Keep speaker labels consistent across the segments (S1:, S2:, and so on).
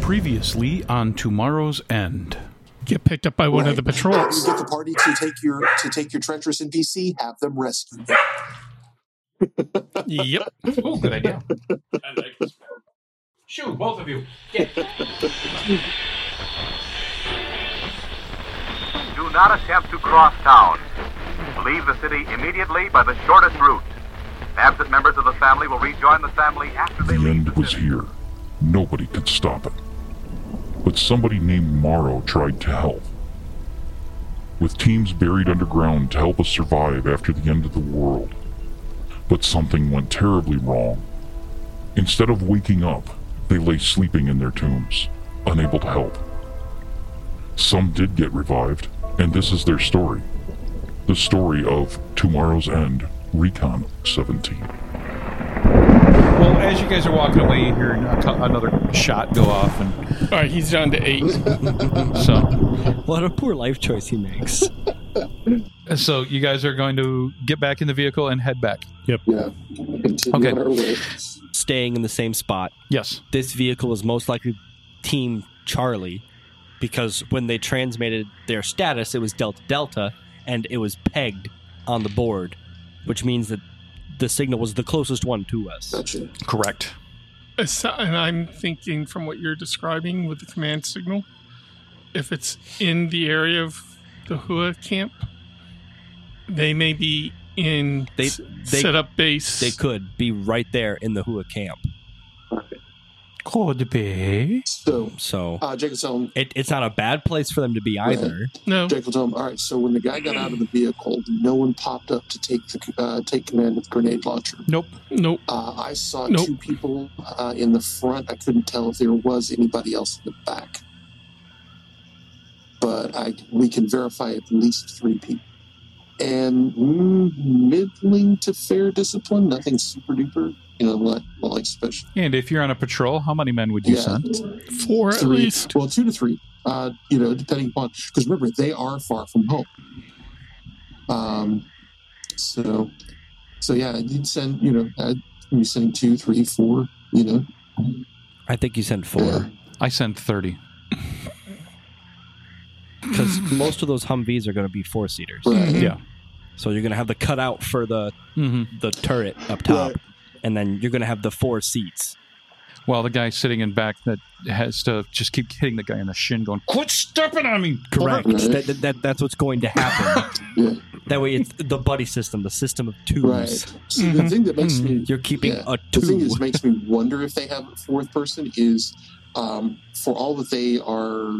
S1: Previously on Tomorrow's End.
S2: Get picked up by one of the
S3: Right.
S2: patrols.
S3: You get the party to take your to take your treacherous NPC, have them rescued.
S2: yep.
S4: Ooh, good idea. I like this. Shoo, both of you. Get.
S5: Do not attempt to cross town. Leave the city immediately by the shortest route. Absent members of the family will rejoin the family after they
S6: The
S5: leave
S6: end
S5: the
S6: was
S5: city.
S6: here. Nobody could stop it. But somebody named Morrow tried to help. With teams buried underground to help us survive after the end of the world. But something went terribly wrong. Instead of waking up, they lay sleeping in their tombs, unable to help. Some did get revived, and this is their story. The story of Tomorrow's End, Recon 17.
S7: Well, as you guys are walking away, you hear a cou- another shot go off, and
S2: All right, he's down to eight.
S7: so
S8: What a poor life choice he makes.
S7: so you guys are going to get back in the vehicle and head back.
S3: Yeah. Continue
S7: Okay.
S3: on our way.
S8: Staying in the same spot.
S7: Yes.
S8: This vehicle is most likely Team Charlie because when they transmitted their status, it was Delta Delta and it was pegged on the board, which means that the signal was the closest one to us.
S3: Gotcha.
S7: Correct.
S9: Asi- and I'm thinking from what you're describing with the command signal, if it's in the area of the Hua camp, they may be in
S8: They-
S9: s-
S8: they-
S9: set up base.
S8: They could be right there in the Hua camp.
S1: Could be.
S3: So
S8: So
S3: uh Jacob tell him
S8: it, it's not a bad place for them to be either.
S9: no,
S3: Jacob tell him, all right, so when the guy got out of the vehicle, no one popped up to take the uh, take command of the grenade launcher.
S7: Nope.
S9: nope.
S3: Uh, I saw
S9: Nope.
S3: two people uh, in the front. I couldn't tell if there was anybody else in the back. But I, we can verify at least three people. And mm, middling to fair discipline, nothing super duper, you know, like, well, like special.
S7: And if you're on a patrol, how many men would you send?
S9: Four at
S3: three,
S9: least.
S3: Well, two to three, uh, you know, depending upon, because remember, they are far from home. Um, so, so yeah, you'd send, you know, uh, you're sending two, three, four, you know,
S8: I think you sent
S3: Yeah.
S8: four
S7: I send thirty.
S8: because most of those Humvees are going to be four seaters.
S3: Right.
S7: Yeah.
S8: So you're going to have the cutout for the
S7: Mm-hmm.
S8: the turret up top,
S3: Right.
S8: and then you're going to have the four seats.
S7: While the guy sitting in back that has to just keep hitting the guy in the shin, going, "Quit stepping on me!"
S8: Correct.
S3: Right.
S8: That, that, that- that's what's going to happen.
S3: Yeah.
S8: That way, it's the buddy system, the system of twos. Hmm.
S3: Right. See, the thing that makes me
S8: You're keeping
S3: Yeah.
S8: a
S3: the thing
S8: two.
S3: that makes me wonder if they have a fourth person is um, for all that they are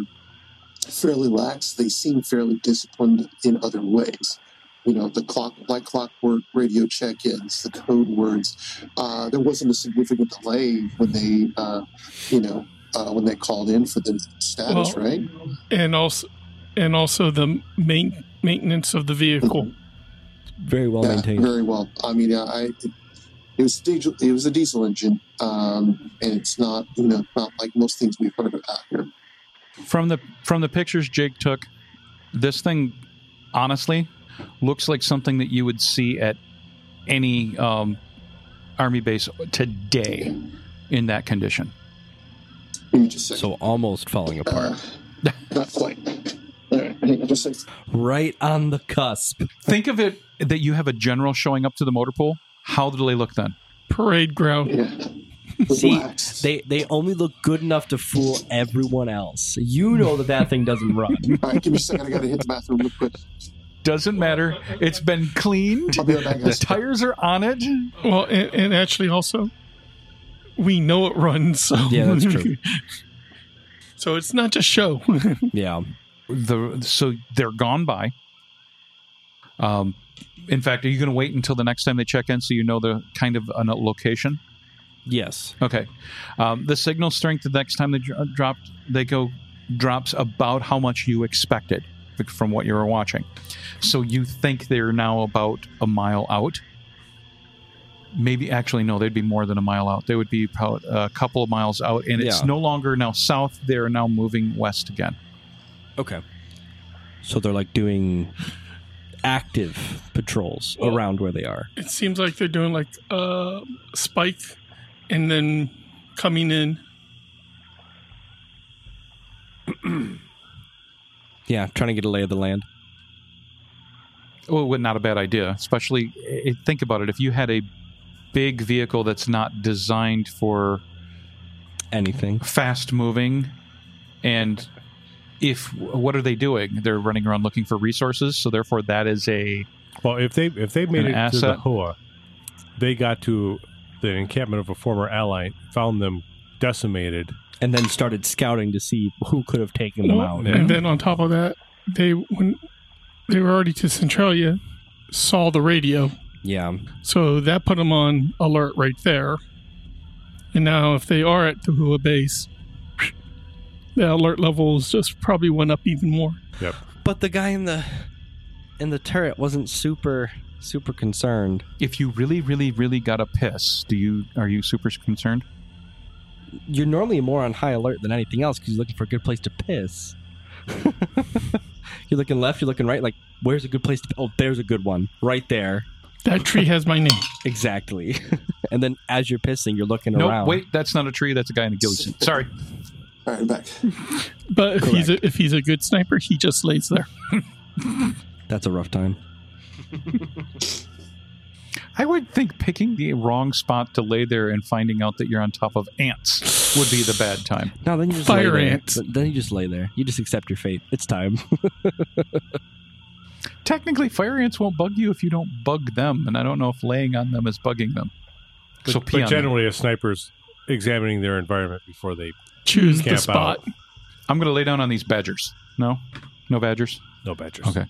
S3: fairly lax, they seem fairly disciplined in other ways. You know, the clock, like clockwork, radio check-ins, the code words. Uh, there wasn't a significant delay when they, uh, you know, uh, when they called in for the status,
S9: Well,
S3: right?
S9: And also, and also the main maintenance of the vehicle.
S8: Very well
S3: Yeah,
S8: maintained.
S3: Very well. I mean, uh, I it was diesel, it was a diesel engine, um, and it's not you know not like most things we've heard about here.
S7: From the from the pictures Jake took, this thing honestly looks like something that you would see at any um, army base today in that condition.
S3: Give me just a second.
S8: So almost falling apart.
S3: Uh, not quite. All right, hang on just a second.
S8: Right on the cusp.
S7: Think of it that you have a general showing up to the motor pool. How do they look then?
S9: Parade ground.
S3: Yeah.
S8: See,
S3: Relax.
S8: they, they only look good enough to fool everyone else. You know that that thing doesn't run.
S3: All right, give me a second. I gotta hit the bathroom real quick.
S7: Doesn't matter. It's been cleaned.
S3: I'll be right back,
S7: The
S3: guys.
S7: tires are on it.
S9: Well, and, and actually also, we know it runs. So
S8: Yeah, that's true.
S9: so it's not just show.
S8: Yeah.
S7: The so they're gone by. Um, in fact, are you going to wait until the next time they check in so you know the kind of a location?
S8: Yes.
S7: Okay. Um, the signal strength the next time they dr- dropped, they go drops about how much you expected from what you were watching. So you think they're now about a mile out. Maybe actually no, they'd be more than a mile out. They would be about a couple of miles out, and it's
S8: Yeah.
S7: no longer now south. They are now moving west again.
S8: Okay. So they're like doing active patrols around where they are.
S9: it seems like they're doing like uh, a spike and then coming in
S8: yeah, trying to get a lay of the land.
S7: Well, well, not a bad idea, especially eh, think about it. If you had a big vehicle that's not designed for
S8: Anything.
S7: fast moving, and if what are they doing? They're running around looking for resources, so therefore that is a
S10: Well, if they if they
S7: An
S10: made it to the
S7: asset?
S10: Hoa, they got to the encampment of a former ally, found them decimated.
S8: And then started scouting to see who could have taken them out.
S9: And then on top of that, they when they were already to Centralia, saw the radio,
S8: Yeah.
S9: so that put them on alert right there. And now, if they are at the Hua base, the alert levels just probably went up even more.
S8: But the guy in the in the turret wasn't super super concerned.
S7: if you really, really, really got a piss, do you are you super concerned?
S8: You're normally more on high alert than anything else because you're looking for a good place to piss. you're looking left, you're looking right. Like, where's a good place to? Oh, there's a good one right there.
S9: That tree has my name.
S8: Exactly. and then as you're pissing, you're looking
S7: No,
S8: around.
S7: wait, that's not a tree. That's a guy in a ghillie suit. Sorry.
S3: All right, back.
S9: But if he's a, if he's a good sniper, he just lays there.
S8: That's a rough time.
S7: I would think picking the wrong spot to lay there and finding out that you're on top of ants would be the bad time.
S8: No, then you just
S9: Fire
S8: lay there.
S9: ants.
S8: Th- Then you just lay there. You just accept your fate. It's time.
S7: Technically, fire ants won't bug you if you don't bug them, and I don't know if laying on them is bugging them.
S10: But,
S7: so
S10: but
S7: pee on them.
S10: generally, a sniper's examining their environment before they
S9: Choose the
S10: Camp
S9: spot.
S7: I'm going to lay down on these badgers. No, no badgers.
S10: no badgers.
S7: Okay.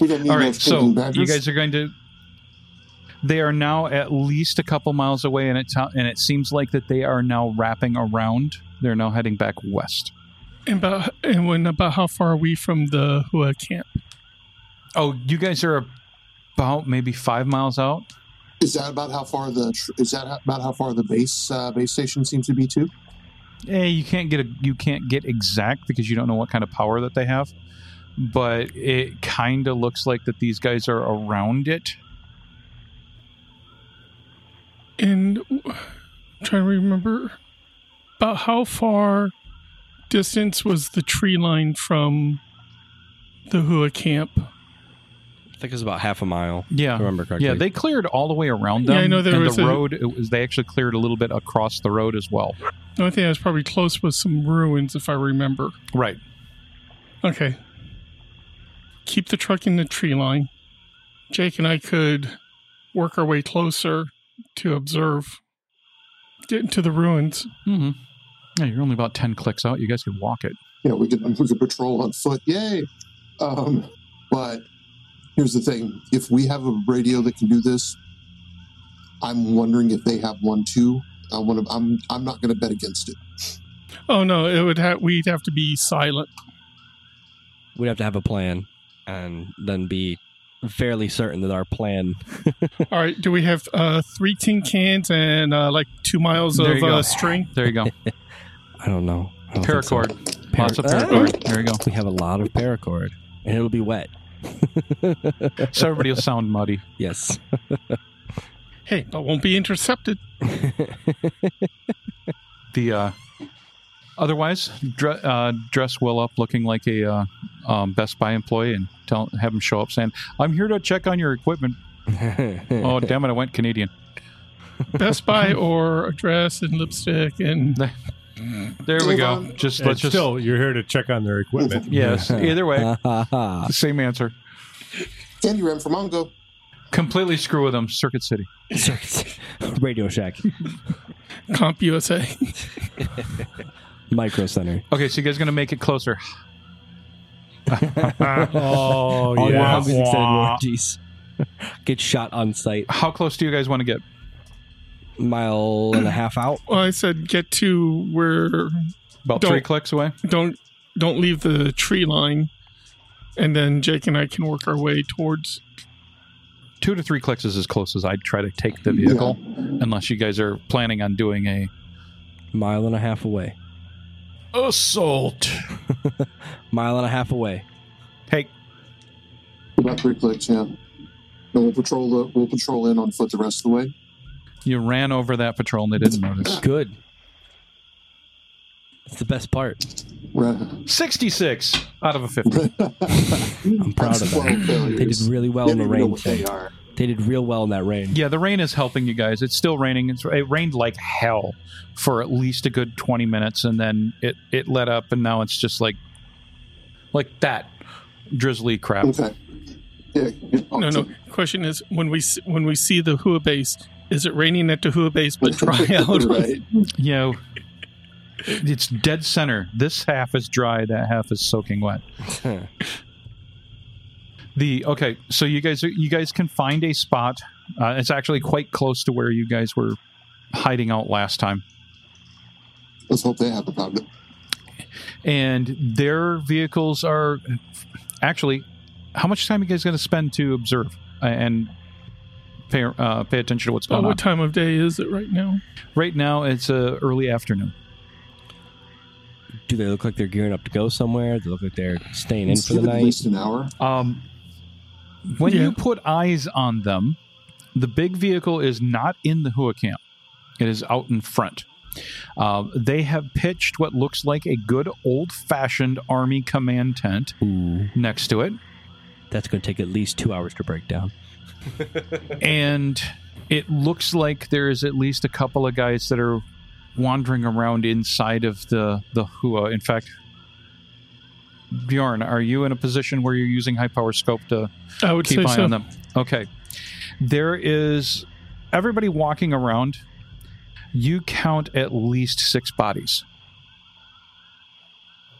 S3: We don't need
S7: All
S3: no
S7: right. So
S3: thinking badgers.
S7: you guys are going to. They are now at least a couple miles away, and it to- and it seems like that they are now wrapping around. They're now heading back west.
S9: And about and when about how far are we from the Hua camp?
S7: Oh, you guys are about maybe five miles out.
S3: is that about how far the tr- is that about how far the base uh, base station seems to be too?
S7: Eh, you can't get a, you can't get exact because you don't know what kind of power that they have, but it kind of looks like that these guys are around it.
S9: And w- trying to remember about how far distance was the tree line from the Hua camp?
S8: I think it was about half a mile.
S7: Yeah,
S8: I remember correctly.
S7: yeah, they cleared all the way around them.
S9: Yeah, I know there
S7: and
S9: was
S7: the
S9: a-
S7: road. It was, they actually cleared a little bit across the road as well.
S9: The only thing I was probably close was some ruins, if I remember.
S7: Right.
S9: Okay. Keep the truck in the tree line. Jake and I could work our way closer to observe. Get into the ruins.
S7: hmm Yeah, you're only about ten clicks out. You guys can walk it.
S3: Yeah, we could we could patrol on foot. Yay! Um, but here's the thing: if we have a radio that can do this, I'm wondering if they have one too. I want to. I'm I'm not going to bet against it.
S9: Oh no, it would have we'd have to be silent.
S8: We'd have to have a plan and then be fairly certain that our plan.
S9: All right, do we have uh, three tin cans and uh, like two miles
S7: There
S9: of
S7: you go.
S9: uh, string?
S7: There you go.
S8: I don't know. I don't think so.
S7: Paracord. Lots of
S8: Ah.
S7: paracord. There you go.
S8: We have a lot of paracord and it'll be wet.
S7: So everybody will sound muddy.
S8: Yes.
S9: Hey, but won't be intercepted.
S7: The uh, otherwise dre- uh, dress well up, looking like a uh, um, Best Buy employee, and tell have them show up saying, "I'm here to check on your equipment." Oh damn it! I went Canadian.
S9: Best Buy or a dress and lipstick and
S7: There we
S3: Move
S7: go.
S3: on.
S7: Just
S10: And
S7: let's just
S10: still, you're here to check on their equipment.
S7: yes. Either way,
S8: Ah,
S7: same answer.
S3: Candy Ram for Mongo.
S7: Completely screw with them. Circuit City.
S8: Radio Shack,
S9: Comp USA.
S8: Micro Center.
S7: Okay, so you guys gonna make it closer?
S10: oh
S8: All your
S10: yeah.
S8: hobbies extended warranties. Get shot on site,
S7: How close do you guys want to get?
S8: mile and a half out.
S9: Well, I said get to where
S7: About
S9: Don't-
S7: three clicks away.
S9: don't don't leave the tree line, and then Jake and I can work our way towards.
S7: Two to three clicks is as close as I'd try to take the vehicle, unless you guys are planning on doing a
S8: Mile and a half away.
S7: assault.
S8: Mile and a half away.
S7: Hey,
S3: About three clicks. Yeah. And we'll patrol the we'll patrol in on foot the rest of the way.
S7: you ran over that patrol and they didn't notice.
S8: Good. It's the best part.
S3: Right.
S7: 66 out of a 50.
S3: I'm
S8: proud of that. They did really well in the
S3: know
S8: rain
S3: what they
S8: thing.
S3: are.
S8: They did real well in that rain.
S7: yeah, the rain is helping you guys. It's still raining. It's, it rained like hell for at least a good 20 minutes and then it, it let up and now it's just like like that drizzly crap.
S3: Okay. Yeah, good.
S9: No, no. Question is, when we s- when we see the Hua base, is it raining at the Hua base but dry out?
S3: right.
S7: You know, it's dead center. This half is dry, that half is soaking wet. the okay so you guys you guys can find a spot uh, it's actually quite close to where you guys were hiding out last time
S3: Let's hope they have a problem.
S7: and their vehicles are actually how much time you guys going to spend to observe and pay uh, pay attention to what's
S9: Oh,
S7: going on
S9: what time of day is it right now?
S7: right now it's uh, early afternoon
S8: Do they look like they're gearing up to go somewhere? Do they look like they're staying in
S3: Let's
S8: for the
S3: give it at
S8: night?
S3: least an hour.
S7: um when
S9: Yeah.
S7: you put eyes on them the big vehicle is not in the hua camp it is out in front uh, they have pitched what looks like a good old-fashioned army command tent
S8: Ooh,
S9: Mm-hmm.
S7: next to it
S8: that's going to take at least two hours to break down.
S7: and it looks like there is at least a couple of guys that are wandering around inside of the the Hua. In fact, Bjorn, are you in a position where you're using high power scope to
S9: I would
S7: keep
S9: say
S7: eye
S9: so.
S7: on them? Okay, there is everybody walking around. You count at least six bodies.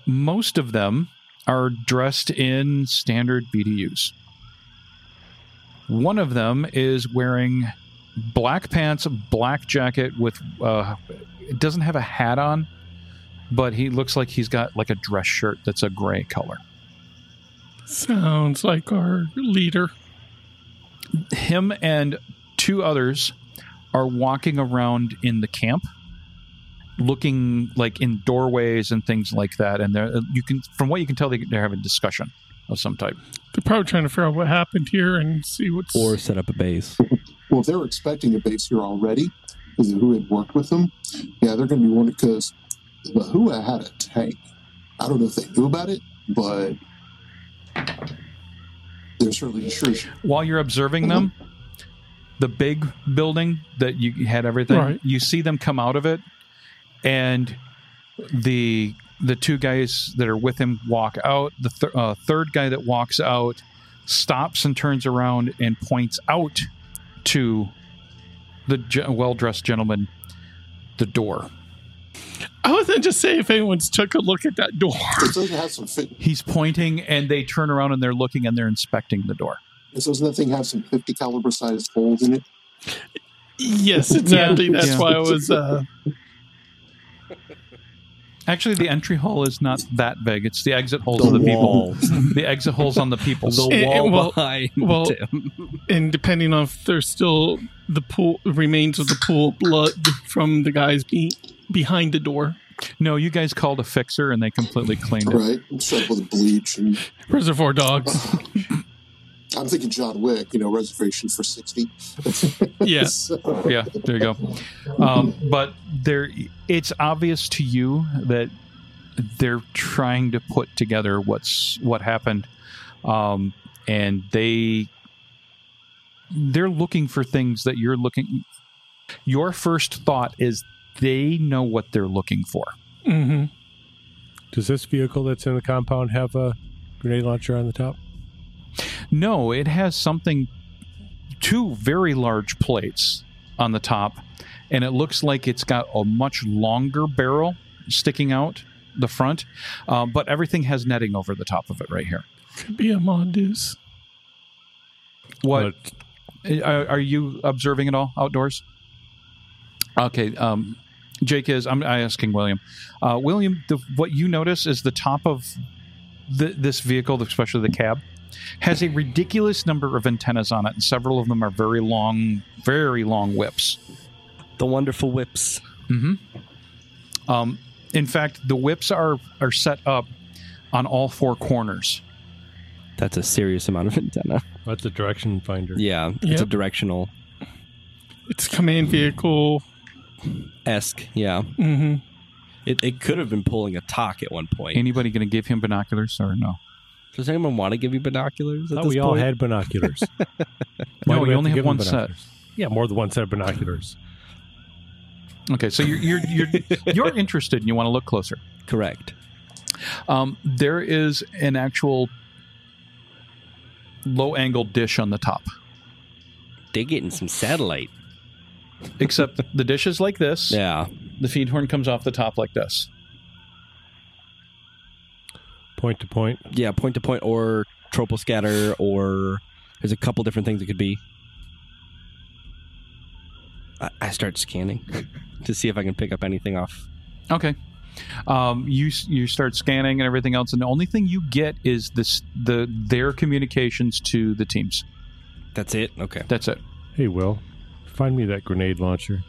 S7: Most of them are dressed in standard BDUs. One of them is wearing black pants, black jacket with uh it doesn't have a hat on, but he looks like he's got like a dress shirt that's a gray color.
S9: Sounds like our leader.
S7: Him and two others are walking around in the camp looking like in doorways and things like that and they're you can from what you can tell they, they're having discussion of some type
S9: They're probably trying to figure out what happened here and see what's.
S8: Or set up a base.
S3: Well, if they were expecting a base here already, because of who had worked with them, yeah, they're going to be wondering because the Hua had a tank. I don't know if they knew about it, but they're certainly sure.
S7: while you're observing them, the big building that you had everything,
S9: Right.
S7: you see them come out of it, and the the two guys that are with him walk out. The th- uh, third guy that walks out stops and turns around and points out to the ge- well dressed gentleman the door.
S9: I was going to say if anyone's took a look at that door.
S3: It doesn't have some fit.
S7: He's pointing, and they turn around and they're looking and they're inspecting the door.
S3: It doesn't that thing have some 50 caliber sized holes in it?
S9: Yes, exactly. That's
S7: yeah.
S9: why I was. Uh,
S7: Actually, the entry hole is not that big. It's the exit holes of the people. The exit holes on the people.
S9: it- it- well,
S8: behind
S9: well-
S8: him.
S9: and depending on if there's still the pool remains of the pool of blood from the guys be, behind the door.
S7: No, you guys called a fixer and they completely cleaned it.
S3: Right? Except with bleach. And
S9: Reservoir Dogs.
S3: I'm thinking John Wick, you know, reservation for 60.
S9: Yeah.
S3: So,
S7: Yeah, there you go. Um, but there, it's obvious to you that they're trying to put together what's what happened, um, and they they're looking for things that you're looking. Your first thought is they know what they're looking for.
S9: hmm
S10: Does this vehicle that's in the compound have a grenade launcher on the top?
S7: No, it has something, two very large plates on the top, and it looks like it's got a much longer barrel sticking out the front, uh, but everything has netting over the top of it right here.
S9: Could be a Mondoose.
S7: What are, are you observing at all outdoors? Okay, um, Jake is. I'm, i asking William. Uh, William, the, what you notice is the top of the, this vehicle, especially the cab, has a ridiculous number of antennas on it, and several of them are very long, very long whips.
S8: the wonderful whips.
S7: Mm-hmm. Um, in fact, the whips are are set up on all four corners.
S8: That's a serious amount of antenna.
S10: That's a direction finder.
S8: Yeah, it's a
S9: Yep.
S8: directional
S9: It's a command vehicle.
S8: esque. Yeah,
S9: hmm
S8: It, it could have been pulling a talk at one point.
S7: Anybody going to give him binoculars or no?
S8: Does anyone want to give you binoculars? At
S10: Thought
S8: this
S10: we all
S8: point?
S10: had binoculars. Why
S7: No,
S10: do we
S7: you
S10: have
S7: only
S10: to
S7: have
S10: give them
S7: one set.
S10: binoculars? Yeah, more than one set of binoculars.
S7: Okay, so you're you're you're, you're interested and you want to look closer.
S8: correct.
S7: Um, there is an actual low angle dish on the top,
S8: They're getting some satellite.
S7: except the dish is like this.
S8: Yeah.
S7: The feed horn comes off the top like this.
S10: Point to point.
S8: Yeah, point to point or troposcatter or there's a couple different things it could be. I, I start scanning to see if I can pick up anything off.
S7: Okay. Um, you s- you start scanning and everything else, and the only thing you get is this the their communications to the teams.
S8: That's it. Okay.
S7: That's it.
S10: Hey, Will, find me that grenade launcher.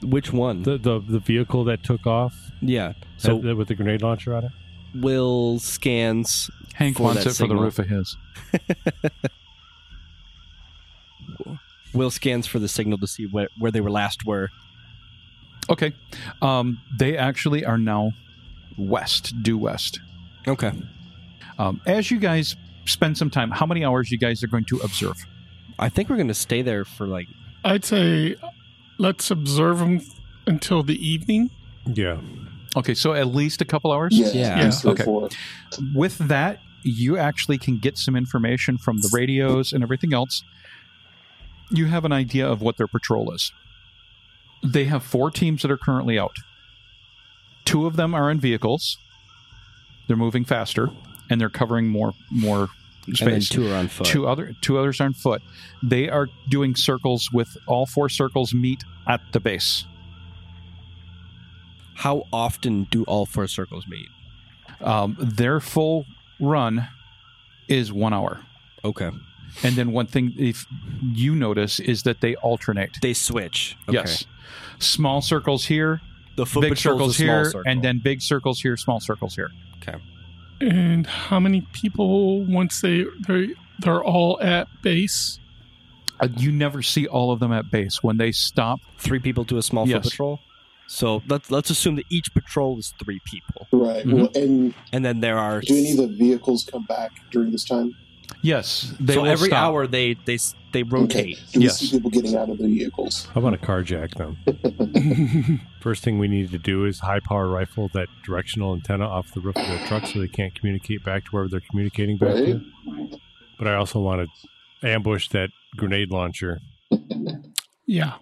S8: Which one?
S10: The the, the vehicle that took off
S8: yeah. So
S10: so, with the grenade launcher on it?
S8: Will scans.
S7: Hank
S8: For
S7: wants it
S8: that
S7: for
S8: signal.
S7: the roof of his.
S8: Will scans for the signal to see where, where they were last were.
S7: Okay. Um, they actually are now west, due west.
S8: Okay.
S7: Um, as you guys spend some time, how many hours you guys are going to observe?
S8: I think we're going to stay there for like
S9: I'd say let's observe them until the evening.
S10: Yeah.
S7: Okay, so at least a couple hours.
S3: Yeah,
S8: Yeah.
S3: at least three or
S7: Okay.
S3: four.
S7: With that, you actually can get some information from the radios and everything else. You have an idea of what their patrol is. They have four teams that are currently out. Two of them are in vehicles. They're moving faster and they're covering more more space.
S8: and then two are on foot.
S7: Two other two others are on foot. They are doing circles with all four circles meet at the base.
S8: How often do all four circles meet?
S7: Um, their full run is one hour,
S8: Okay.
S7: and then one thing if you notice is that they alternate.
S8: They switch.
S7: Yes, small circles here,
S8: The foot
S7: big
S8: patrol's
S7: circles
S8: a small
S7: here,
S8: circle.
S7: and then big circles here, small circles here.
S9: And how many people once they they they're all at base?
S7: Uh, you never see all of them at base when they stop.
S8: three people to a small
S7: Yes.
S8: foot patrol. So let's let's assume that each patrol is three people,
S3: Right. Well, and
S8: and then there are
S3: do any of the vehicles come back during this time?
S7: Yes, they
S8: so
S7: will
S8: every
S7: stop.
S8: hour they they s- they rotate.
S3: Do we
S7: Yes.
S3: see people getting out of the vehicles?
S10: How about a carjack them? First thing we need to do is high power rifle that directional antenna off the roof of the truck so they can't communicate back to wherever they're communicating back
S3: Right.
S10: to. But I also want to ambush that grenade launcher.
S9: Yeah.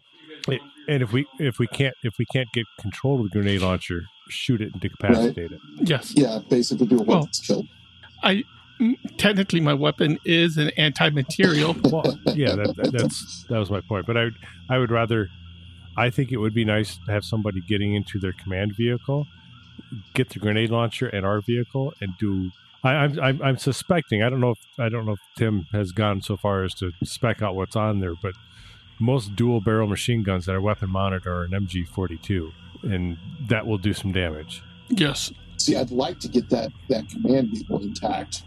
S10: It- and if we if we can't if we can't get control of the grenade launcher, shoot it and decapacitate it.
S9: Yes.
S3: Yeah, basically do a
S9: Well-
S3: weapons kill.
S9: I mm, technically my weapon is an anti-material.
S10: Well, yeah, that, that, that's that was my point. But I would I would rather I think it would be nice to have somebody getting into their command vehicle, get the grenade launcher in our vehicle, and do. I, I'm, I'm I'm suspecting. I don't know if I don't know if Tim has gone so far as to spec out what's on there, but most dual barrel machine guns that are weapon mounted are an MG42, and that will do some damage.
S9: Yes.
S3: See, I'd like to get that that command vehicle intact.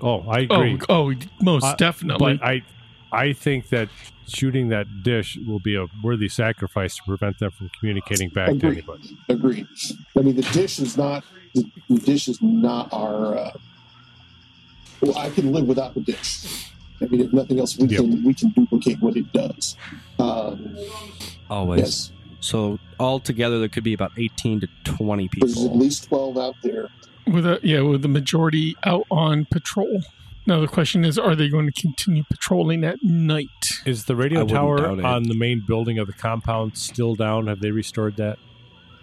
S10: Oh, I agree.
S9: Oh, oh, most
S10: Uh,
S9: definitely.
S10: But I, I think that shooting that dish will be a worthy sacrifice to prevent them from communicating back to
S3: Agreed.
S10: anybody.
S3: Agreed. I mean, the dish is not the, the dish is not our. Uh, well, I can live without the dish. I mean, if nothing else, we
S10: Yep.
S3: can we can duplicate what it does. Um,
S8: Always.
S3: yes,
S8: So altogether there could be about eighteen to twenty
S3: there's at
S8: people.
S3: least twelve out there.
S9: with a, yeah, with the majority out on patrol. Now the question is, are they going to continue patrolling at night?
S10: Is the
S8: I
S10: radio
S8: wouldn't doubt
S10: tower
S8: it.
S10: on the main building of the compound still down? Have they restored that?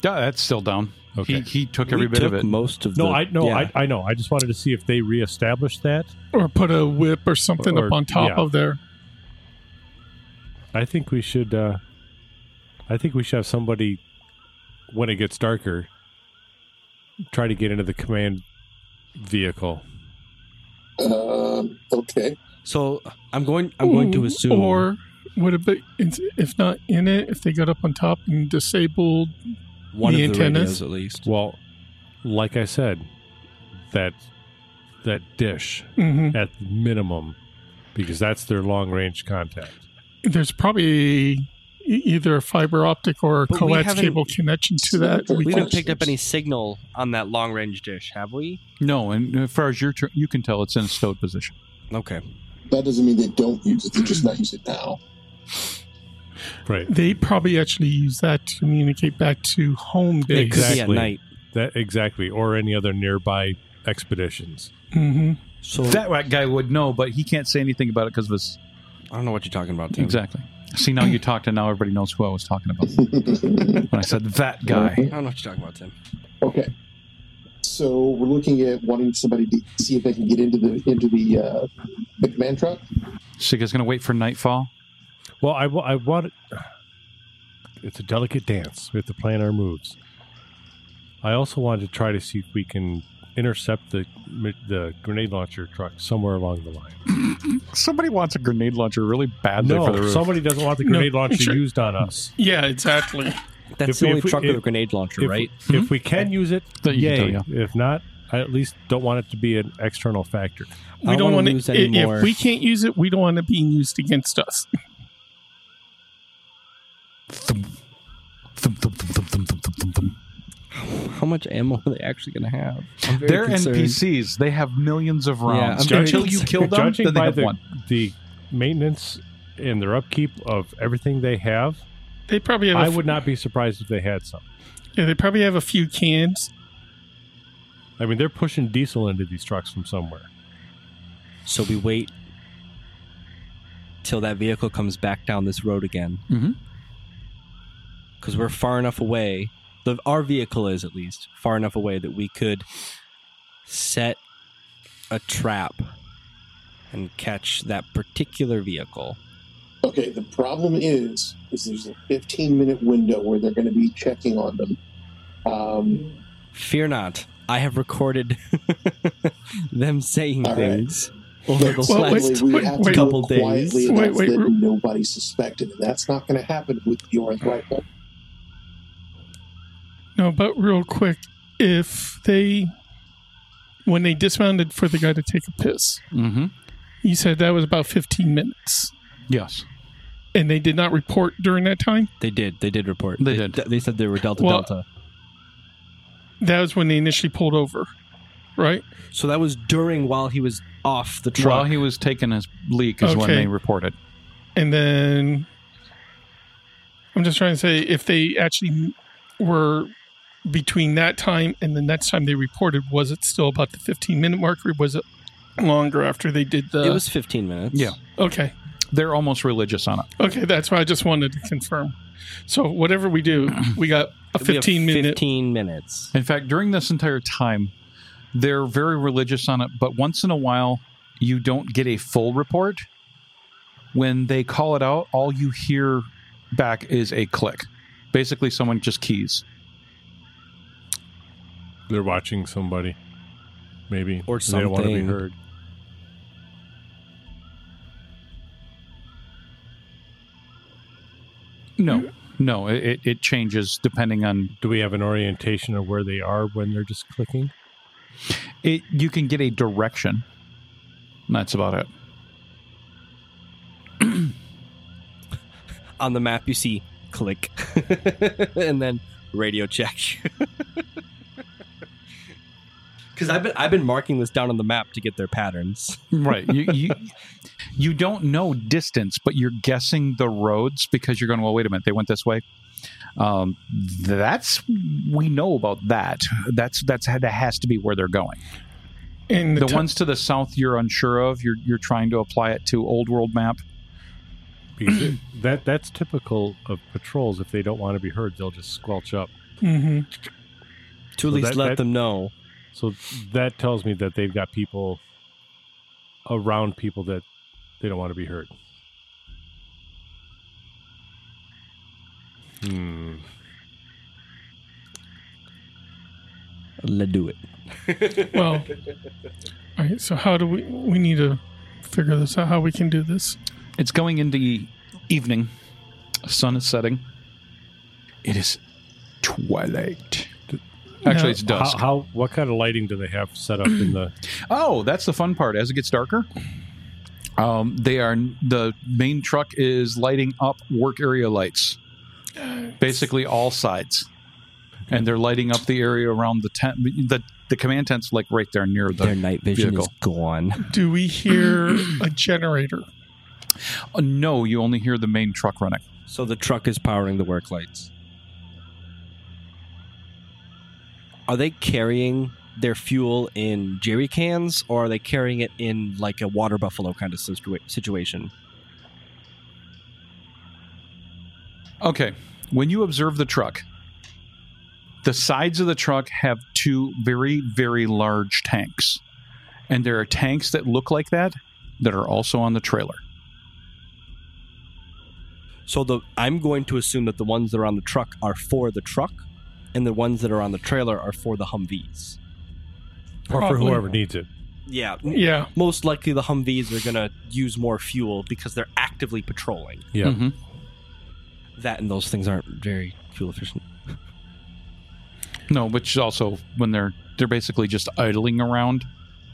S7: Yeah, that's still down.
S10: Okay.
S7: He he took
S8: We
S7: every bit
S8: took
S7: of it.
S8: Most of
S10: No,
S8: the,
S10: I no,
S8: yeah.
S10: I, I know. I just wanted to see if they reestablished that.
S9: Or put a whip or something
S10: Or-
S9: up on top
S10: yeah.
S9: of there?
S10: I think we should. Uh, I think we should have somebody when it gets darker try to get into the command vehicle.
S3: Um okay,
S8: so I'm going. I'm going to assume.
S9: Or would it be if not in it? If they got up on top and disabled,
S8: one
S9: the
S8: of the radios
S9: antennas?
S8: at least.
S10: Well, like I said, that that dish
S9: Mhm.
S10: at minimum because that's their long range contact.
S9: there's probably e- either a fiber optic or a
S8: But we
S9: coax
S8: haven't-
S9: cable connection to that.
S8: We
S9: can-
S8: haven't picked up any signal on that long range dish, have we?
S7: No, and uh, as far as your turn, you can tell it's in a stowed position.
S8: Okay.
S3: That doesn't mean they don't use it. They're just not using it now.
S10: Right.
S9: They probably actually use that to communicate back to home base.
S8: could be at night.
S10: That exactly, or any other nearby expeditions.
S9: hmm
S8: So
S7: That wa- guy would know, but he can't say anything about it because of his.
S8: I don't know what you're talking about. Tim.
S7: Exactly. See, now you talked, and now everybody knows who I was talking about when I said that guy.
S8: I don't know what you're talking about, Tim.
S3: Okay. So we're looking at wanting somebody to see if they can get into the into the uh, the command truck.
S7: Siga's going to wait for nightfall.
S10: Well, I, wa- I want. It's a delicate dance. We have to plan our moves. I also wanted to try to see if we can intercept the the grenade launcher truck somewhere along the line.
S7: Somebody wants a grenade launcher really badly for the
S10: No,
S7: roof.
S10: somebody doesn't want the
S9: No,
S10: grenade launcher
S9: sure.
S10: used on us.
S9: Yeah, exactly.
S8: That's
S10: If
S8: the
S10: we-
S8: only
S10: if we-
S8: truck
S10: if-
S8: with a grenade launcher,
S10: if-
S8: right?
S10: If
S9: Mm-hmm.
S10: we can use it,
S7: That you can
S10: yay.
S7: tell,
S10: If not, I at least don't want it to be an external factor.
S9: We
S8: I don't
S9: don't
S8: wanna
S9: want
S8: lose
S9: to.
S8: any more.
S9: If we can't use it, we don't want it being used against us.
S7: Thump. Thump, thump, thump, thump, thump, thump, thump, thump, thump.
S8: How much ammo are they actually going to have? I'm very
S7: They're
S8: concerned.
S7: NPCs. They have millions of
S8: I'm
S7: rounds.
S8: very
S7: Until you
S8: concerned.
S7: kill them,
S10: Judging
S7: then they
S10: by
S7: have
S10: the,
S7: one.
S10: the maintenance and their upkeep of everything they have,
S9: They probably have. a
S10: I
S9: f-
S10: would not be surprised if they had some.
S9: Yeah, they probably have a few cans.
S10: I mean, they're pushing diesel into these trucks from somewhere.
S8: So we wait till that vehicle comes back down this road again.
S7: Mhm.
S8: Because we're far enough away. The, our vehicle is, at least, far enough away that we could set a trap and catch that particular vehicle.
S3: Okay. The problem is, is there's a 15 minute window where they're going to be checking on them. Um,
S8: Fear not. I have recorded them saying
S3: All right.
S8: things over the
S9: Well,
S8: last
S9: wait,
S3: we would have to
S9: wait,
S3: do
S8: couple
S3: it quietly
S8: days.
S3: enough
S9: Wait, wait,
S3: that
S9: r-
S3: nobody suspected, and that's not going to happen with your rifle.
S9: No, but real quick, if they, when they dismounted for the guy to take a piss,
S7: Mm-hmm.
S9: you said that was about 15 minutes,
S7: Yes.
S9: and they did not report during that time.
S8: They did. They did report.
S7: They did.
S8: They said they were Delta
S9: Well-
S8: Delta.
S9: That was when they initially pulled over, right?
S8: So that was during while he was off the
S7: While
S8: truck.
S7: he was taking his leak is when
S9: Okay.
S7: they reported.
S9: And then I'm just trying to say if they actually were between that time and the next time they reported, was it still about the 15 minute mark or was it longer after they did the.
S7: uh,
S8: it was 15 minutes.
S7: Yeah.
S9: okay.
S7: They're almost religious on it.
S9: Okay. That's why I just wanted to confirm. So whatever we do, we got a
S8: We have
S9: 15 minute.
S8: 15 minutes.
S7: In fact, during this entire time, they're very religious on it, but once in a while, you don't get a full report. When they call it out, all you hear back is a click. Basically, someone just keys.
S10: They're watching somebody, maybe,
S8: Or
S10: and They don't want to be
S8: something.
S10: heard.
S7: No, no, it, it- it changes depending on
S10: Do we have an orientation of where they are when they're just clicking?
S7: it. You can get a direction. And that's about it.
S8: On the map, you see click and then radio check. Because I've been, I've been marking this down on the map to get their patterns.
S7: Right. You, you you don't know distance, but you're guessing the roads because you're going, well, wait a minute, they went this way. Um, that's we know about that. That's that's that has to be where they're going.
S9: And
S7: The,
S9: the, ti-
S7: ones to the south you're unsure of. You're you're trying to apply it to old world map.
S10: Because it- that that's typical of patrols. If they don't want to be heard, they'll just squelch up.
S9: Mhm.
S8: To at
S10: So
S8: least
S10: that-
S8: let
S10: that-
S8: them know.
S10: So that tells me that they've got people around people that they don't want to be heard. Hmm.
S8: Let do it.
S9: Well, all right. So how do we. We need to figure this out, how we can do this.
S7: It's going into evening. Sun is setting. It is twilight. Actually,
S9: Now-
S7: it's
S10: How,
S7: dusk.
S10: how? What kind of lighting do they have set up in the?
S7: Oh, that's the fun part. As it gets darker, Um, they are the main truck is lighting up work area lights, basically all sides, and they're lighting up the area around the tent. The the command tent's like right there near the
S8: Their night vision
S7: vehicle.
S8: is gone.
S9: Do we hear a generator?
S7: Uh, no, you only hear the main truck running.
S8: So the truck is powering the work lights. Are they carrying their fuel in jerry cans or are they carrying it in like a water buffalo kind of situa- situation?
S7: Okay. When you observe the truck, the sides of the truck have two very, very large tanks. And there are tanks that look like that that are also on the trailer.
S8: So the I'm going to assume that the ones that are on the truck are for the truck and the ones that are on the trailer are for the Humvees.
S10: Or for whoever needs it.
S8: Yeah.
S9: Yeah.
S8: Most likely the Humvees are going to use more fuel because they're actively patrolling.
S10: Yeah.
S7: Mhm.
S8: That and those things aren't very fuel efficient.
S7: No, which is also when they're they're basically just idling around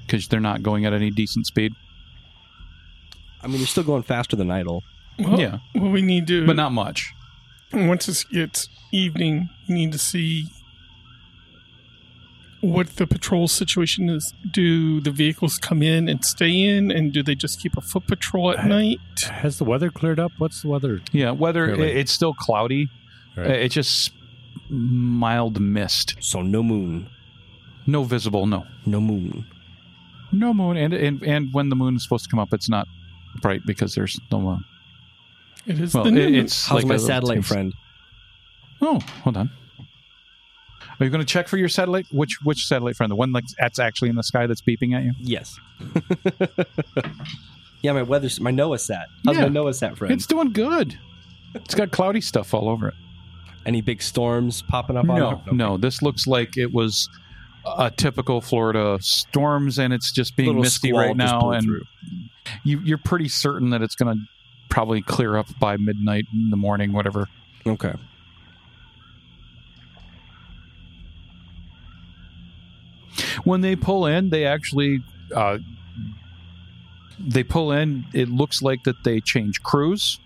S7: because they're not going at any decent speed.
S8: I mean, you're still going faster than idle.
S9: Well,
S7: Yeah.
S9: What we need to
S7: But not much.
S9: once it gets evening, you need to see what the patrol situation is. Do the vehicles come in and stay in, and do they just keep a foot patrol at night?
S10: Has the weather cleared up? What's the weather?
S7: Yeah, whether
S10: Really?
S7: it- it's still cloudy,
S10: Right.
S7: uh, it's just mild mist.
S8: So no moon.
S7: No visible, no.
S8: No moon.
S7: No moon, and and and when the moon is supposed to come up, it's not bright because there's no uh, moon.
S9: It is
S7: Well,
S9: the
S7: it,
S9: new
S7: it's
S8: How's
S7: like
S8: my
S7: a-
S8: satellite
S7: it's-
S8: friend?
S7: Oh, hold on. Are you going to check for your satellite? Which which satellite friend? The one like that's actually in the sky that's beeping at you.
S8: Yes. yeah, my weather, my NOAA sat. How's
S7: Yeah.
S8: my NOAA sat friend?
S7: It's doing good. It's got cloudy stuff all over it.
S8: Any big storms popping up? on
S7: No,
S8: it?
S7: no, this looks like it was a typical Florida storms, and it's just being
S8: Little
S7: misty
S8: squall
S7: right
S8: just
S7: now.
S8: blew
S7: And
S8: through.
S7: you, you're pretty certain that it's going to probably clear up by midnight in the morning, whatever.
S8: Okay.
S7: when they pull in they actually uh, they pull in it looks like that they change crews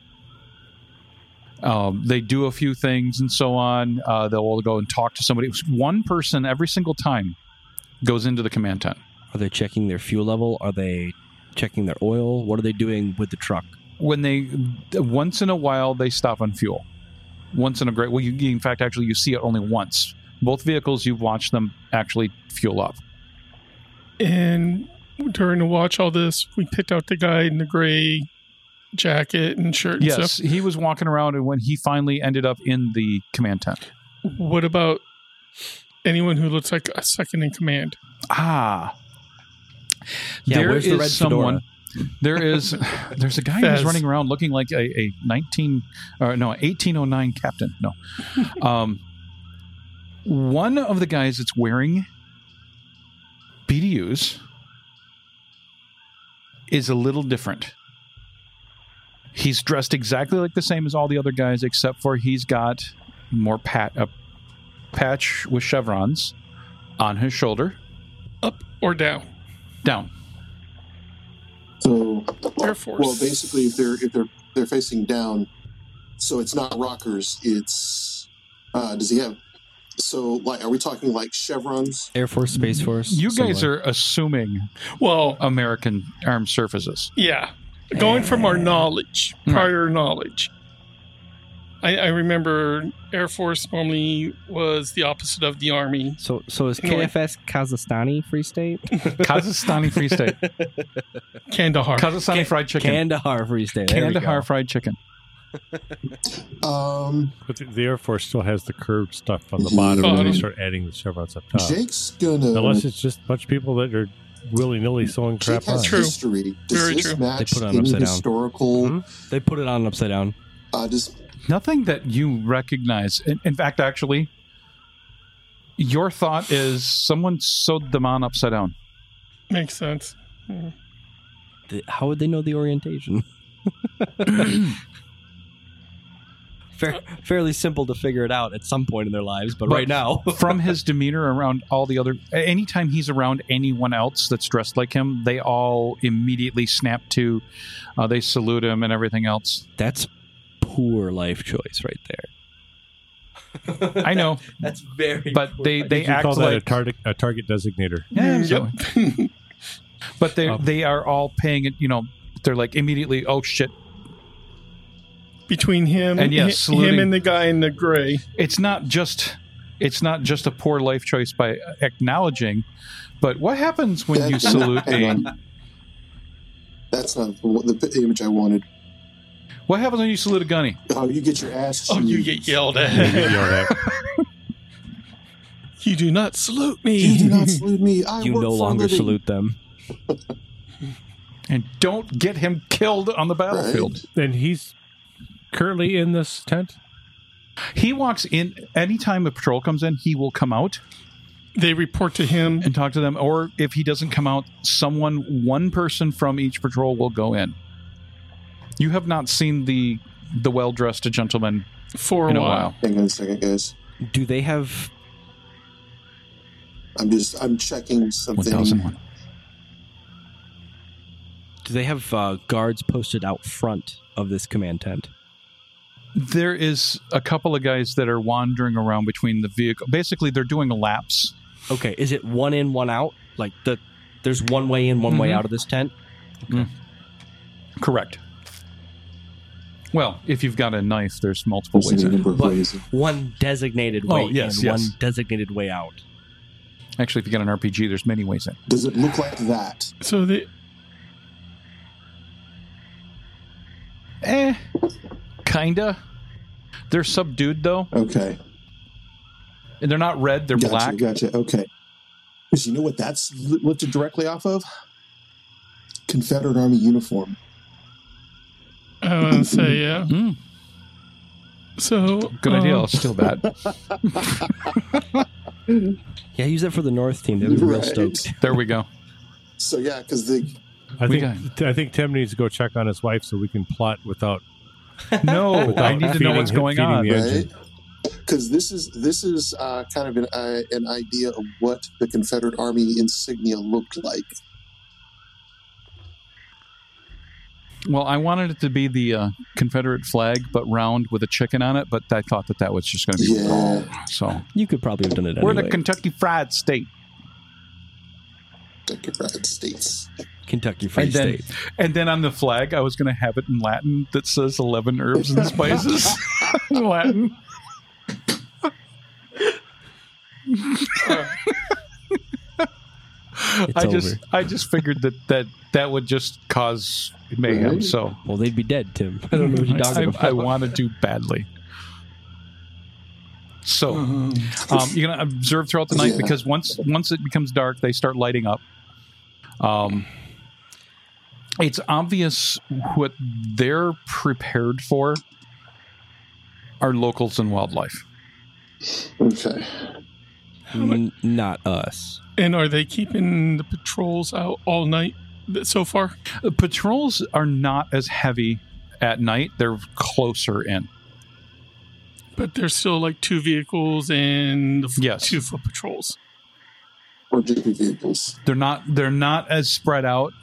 S7: um, they do a few things and so on uh, they'll all go and talk to somebody one person every single time goes into the command tent
S8: Are they checking their fuel level? Are they checking their oil? What are they doing with the truck?
S7: when they once in a while they stop on fuel once in a great well you in fact actually you see it only once both vehicles you've watched them actually fuel up
S9: and during the watch all this, we picked out the guy in the gray jacket and shirt. And
S7: yes
S9: Stuff.
S7: he was walking around and when he finally ended up in the command tent
S9: What about anyone who looks like a second in command?
S7: Ah.
S8: Yeah,
S7: there
S8: where's
S7: is
S8: the red
S7: someone. There is there's a guy
S9: Fez.
S7: who's running around looking like a, a 19 or no, 1809 captain. No. um one of the guys that's wearing BDUs is a little different. He's dressed exactly like the same as all the other guys except for he's got more pat a patch with chevrons on his shoulder
S9: Up or down?
S7: down.
S3: So,
S9: Air Force.
S3: well, basically, if they're if they're they're facing down, so it's not rockers. It's uh, does he have? So, like, are we talking like chevrons?
S8: Air Force, Space Force.
S7: You guys are assuming
S9: well,
S7: American armed surfaces.
S9: Yeah. Going from our knowledge, prior knowledge. I, I remember Air Force normally was the opposite of the Army.
S8: So, so is
S9: Anyway.
S8: KFS Kazakhstani Free State?
S7: Kazakhstani Free State.
S9: Kandahar.
S7: Kazakhstani
S8: Can-
S7: fried chicken.
S8: Kandahar Free State. There we
S7: Kandahar
S8: go.
S7: fried chicken.
S3: Um,
S10: But the, the Air Force still has the curved stuff on the bottom, and
S9: Bottom.
S10: they start adding the chevrons up top.
S3: Jake's gonna.
S10: Uh, Unless it's just a bunch of people that are willy nilly sewing
S3: Jake
S10: crap on.
S3: has
S9: True.
S3: history. Does
S9: Very
S3: this
S9: true. They
S3: match
S8: put it on
S3: any
S8: upside down.
S3: historical?
S8: Mhm. They put it on upside down.
S3: Uh, does
S7: Nothing that you recognize. In, in fact, actually, your thought is someone sewed them on upside down.
S9: Makes sense.
S8: Th- How would they know the orientation? fair, fairly simple to figure it out at some point in their lives, but right now,
S7: from his demeanor around all the other anytime he's around anyone else that's dressed like him they all immediately snap to uh, they salute him and everything else
S8: that's poor life choice right there.
S7: i know
S8: That's very.
S7: but they they
S10: you
S7: act
S10: call that
S7: like
S10: a target a target designator.
S7: Yeah, so- but they they are all paying it you know they're like immediately oh shit
S9: between him
S7: And yes,
S9: hi-
S7: saluting.
S9: him and the guy in the gray.
S7: it's not just it's not just a poor life choice by acknowledging but what happens when you
S3: That's-
S7: salute
S3: hang
S7: a
S3: on. That's not the, the image I wanted.
S7: what happens when you salute a gunny
S3: Oh, you get your ass.
S9: Oh, you
S3: chewed.
S9: get yelled at.
S10: You know that.
S9: you do not salute
S3: You do
S9: me.
S3: not salute me. I
S8: you
S3: work
S8: no
S3: for a
S8: longer
S3: living.
S8: salute them.
S7: and don't get him killed on the battlefield
S3: Right.
S10: Then he's currently in this tent.
S7: He walks in anytime a patrol comes in, he will come out
S9: they report to him.
S7: and talk to them. Or if he doesn't come out, someone, one person from each patrol will go in. You have not seen the the well dressed gentleman
S9: for a,
S7: in a
S9: while.
S7: while.
S3: Hang on a second, guys.
S8: Do they have?
S3: I'm just I'm checking something.
S7: 1001.
S8: Do they have uh, guards posted out front of this command tent?
S7: There is a couple of guys that are wandering around between the vehicle. Basically, they're doing laps.
S8: Okay, is it one in, one out? Like the there's one way in, one way
S7: Mhm.
S8: out of this tent.
S7: Correct. Well, if you've got a knife, there's multiple
S3: There's
S7: ways.
S3: a
S7: in.
S3: number of
S8: But-
S3: ways.
S8: One designated way
S7: Oh, yes,
S8: in,
S7: yes.
S8: one designated way out.
S7: Actually, if you got an RPG, there's many ways in.
S3: Does it look like that?
S9: So they
S7: Eh, kinda. They're subdued though.
S3: Okay.
S7: And they're not red, they're
S3: gotcha,
S7: black.
S3: Gotcha. Okay. Because you know what that's li- lifted directly off of? Confederate Army uniform.
S9: I want to say yeah.
S7: Hmm.
S9: So
S7: Good
S9: um,
S7: idea. I'll steal that.
S8: Yeah, use that for the North team. They'd be real
S3: Right.
S8: stoked.
S7: There we go.
S3: So yeah, because the
S10: I
S7: We
S10: think I think Tim needs to go check on his wife so we can plot without.
S7: No,
S10: without
S7: I need to know
S10: feeding-
S7: what's going
S10: feeding
S7: on.
S10: the engine.
S3: right. Because this is this is uh, kind of an uh, an idea of what the Confederate Army insignia looked like.
S7: Well, I wanted it to be the uh, Confederate flag, but round with a chicken on it. But I thought that that was just going to be
S3: Yeah.
S7: so.
S8: You could probably have done it
S7: We're
S8: anyway.
S7: the Kentucky Fried State,
S3: Confederate States.
S8: Kentucky Free
S7: and then
S8: State.
S7: and then on the flag, I was going to have it in Latin that says eleven herbs and spices in Latin.
S8: It's
S7: I
S8: over.
S7: just I just figured that that that would just cause mayhem.
S3: Right.
S7: So
S8: Well, they'd be dead, Tim. I don't know what you're talking
S7: I,
S8: about.
S7: I want to do badly. So um, you're gonna observe throughout the night
S3: Yeah.
S7: because once once it becomes dark, they start lighting up. Um, it's obvious what they're prepared for are locals and wildlife.
S3: Okay.
S8: N- not us.
S9: and are they keeping the patrols out all night th- so far?
S7: Uh, Patrols are not as heavy at night; they're closer in.
S9: But there's still like two vehicles and the f-
S7: Yes.
S9: two foot patrols.
S3: Or jiffy vehicles.
S7: They're not they're not as spread out.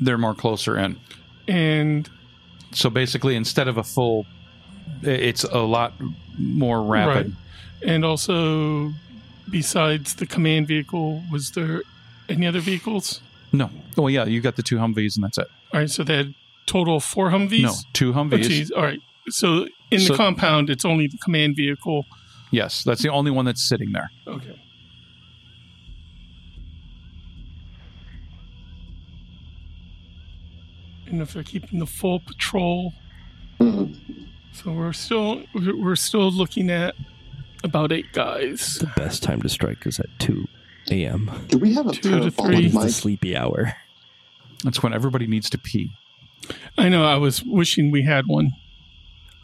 S7: They're more closer in.
S9: And
S7: So basically, instead of a full, it's a lot more rapid.
S9: and also besides the command vehicle, was there any other vehicles?
S7: No. Well, yeah, you got the two Humvees, and that's it.
S9: All right, so they had total of four Humvees.
S7: No, two
S9: Oh,
S7: Humvees.
S9: geez. All right. So in
S7: So-
S9: the compound, it's only the command vehicle.
S7: yes, that's the only one that's sitting there.
S9: Okay. And if they're keeping the full patrol,
S3: Mhm.
S7: Mm-hmm.
S9: so we're still we're we're still looking at about eight guys.
S8: The best time to strike is at 2 a.m.
S3: Do we have a
S9: Two to
S3: parabolic
S9: three.
S8: It's the
S3: mic?
S8: sleepy hour.
S7: That's when everybody needs to pee.
S9: I know. I was wishing we had one.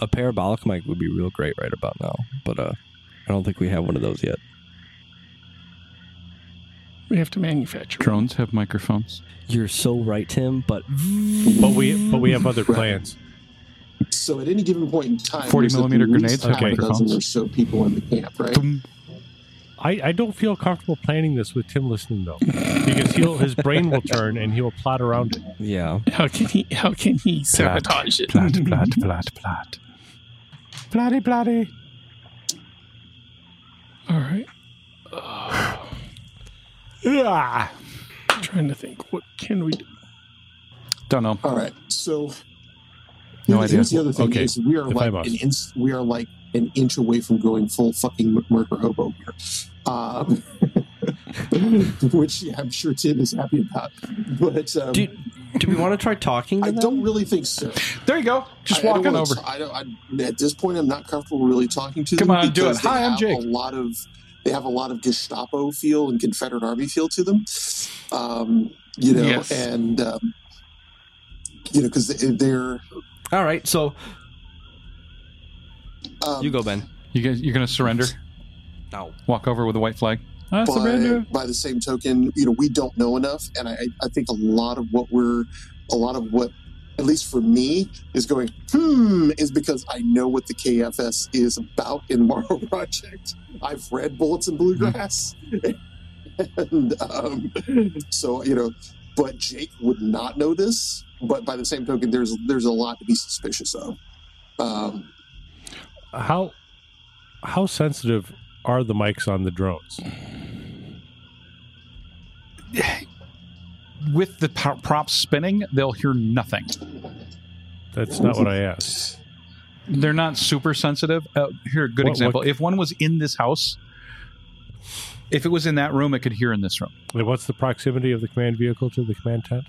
S8: A parabolic mic would be real great right about now, but uh, I don't think we have one of those yet.
S9: We have to manufacture. it.
S7: Drones have microphones.
S8: You're so right, Tim. But
S10: But we but we have other plans.
S3: So at any given point in time,
S7: 40
S3: there's at
S7: millimeter grenades
S3: least
S7: have
S3: half a dozen
S7: microphones.
S3: or so people in the camp, right?
S7: Boom.
S10: I, I don't feel comfortable planning this with Tim listening though, because he'll his brain will turn and he'll plot around it.
S8: Yeah.
S9: How can he? How can he
S7: Plat,
S9: sabotage it?
S7: plat, plat, plat, plat. Platty, platty.
S9: All right.
S7: Yeah.
S9: trying to think. What can we do?
S7: Don't know.
S3: All right. Um, So
S7: No
S3: here's
S7: idea.
S3: the other thing
S10: Okay.
S3: is we are
S10: If I
S3: like
S10: must.
S3: an inch, we are like an inch away from going full fucking murder hobo here. Um, which yeah, I'm sure Tim is happy about. But um,
S8: Do, do we want to try talking to
S3: I
S8: them?
S3: don't really think so.
S7: There you go. Just
S3: I- I
S7: walk
S3: don't
S7: on
S3: wanna
S7: over.
S3: t- I don't, I, at this point, I'm not comfortable really talking to
S7: Come
S3: them.
S7: on, do
S3: because
S7: it.
S3: they
S7: Hi, I'm
S3: have
S7: Jake.
S3: A lot of they have a lot of Gestapo feel and Confederate Army feel to them. Um, you know,
S9: Yes.
S3: and um, you know, because they're
S8: All right. So
S3: um,
S8: you go, Ben.
S7: You guys, you're gonna surrender.
S8: No.
S7: Walk over with a white flag. I surrender.
S3: But by the same token, you know, we don't know enough, and I, I think a lot of what we're, a lot of what, at least for me, is going hmm is because I know what the KFS is about in Morrow Project. I've read Bullets and
S10: Mm-hmm.
S3: Bluegrass, and um, so you know, but Jake would not know this. But by the same token, there's there's a lot to be suspicious of. Um,
S10: How how sensitive are the mics on the drones?
S7: With the po- props spinning, they'll hear nothing.
S10: That's not what I asked.
S7: They're not super sensitive. Uh, here, good
S10: What-
S7: example.
S10: what-
S7: If one was in this house, if it was in that room, it could hear in this room.
S10: And What's the proximity of the command vehicle to the command tent?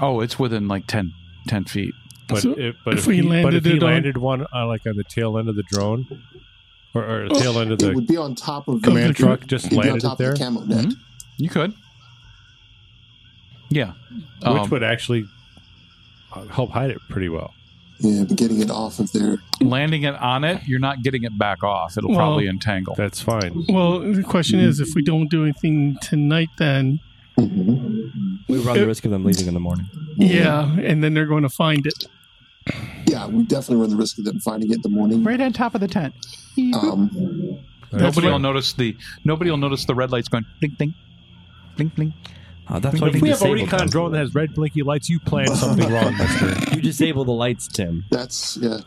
S7: Oh, it's within like 10, 10 feet.
S10: But
S9: So
S10: if, but
S9: if
S10: if,
S9: we
S10: he, but if
S9: landed
S10: he
S9: it on-
S10: landed one uh, like on the tail end of the drone, or, or
S9: Oh.
S10: tail end of
S3: it
S10: the
S3: would be on top of
S10: command
S3: the,
S10: truck, just
S3: it'd be on
S10: landed it
S3: top
S10: there, Mm-hmm.
S3: of the camo net.
S7: Mhm. You could. Yeah.
S10: which
S7: Um,
S10: would actually uh, help hide it pretty well.
S3: Yeah, but getting it off of there.
S7: landing it on it, you're not getting it back off. It'll
S9: Well-
S7: probably entangle.
S10: That's fine.
S9: Well, the question is, if we don't do anything tonight, then
S8: We run
S9: Uh,
S8: the risk of them leaving in the morning.
S9: yeah, and then they're going to find it.
S3: Yeah, we definitely run the risk of them finding it in the morning.
S7: right on top of the tent.
S3: Um,
S7: Nobody
S9: what-
S7: will notice the nobody will notice the red lights going blink blink blink blink.
S8: Oh, that's why
S10: If
S8: you
S10: we have a
S8: disable
S10: recon
S8: them.
S10: drone that has red blinky lights, you planned something wrong, Mister.
S8: You disable the lights, Tim.
S3: that's yeah.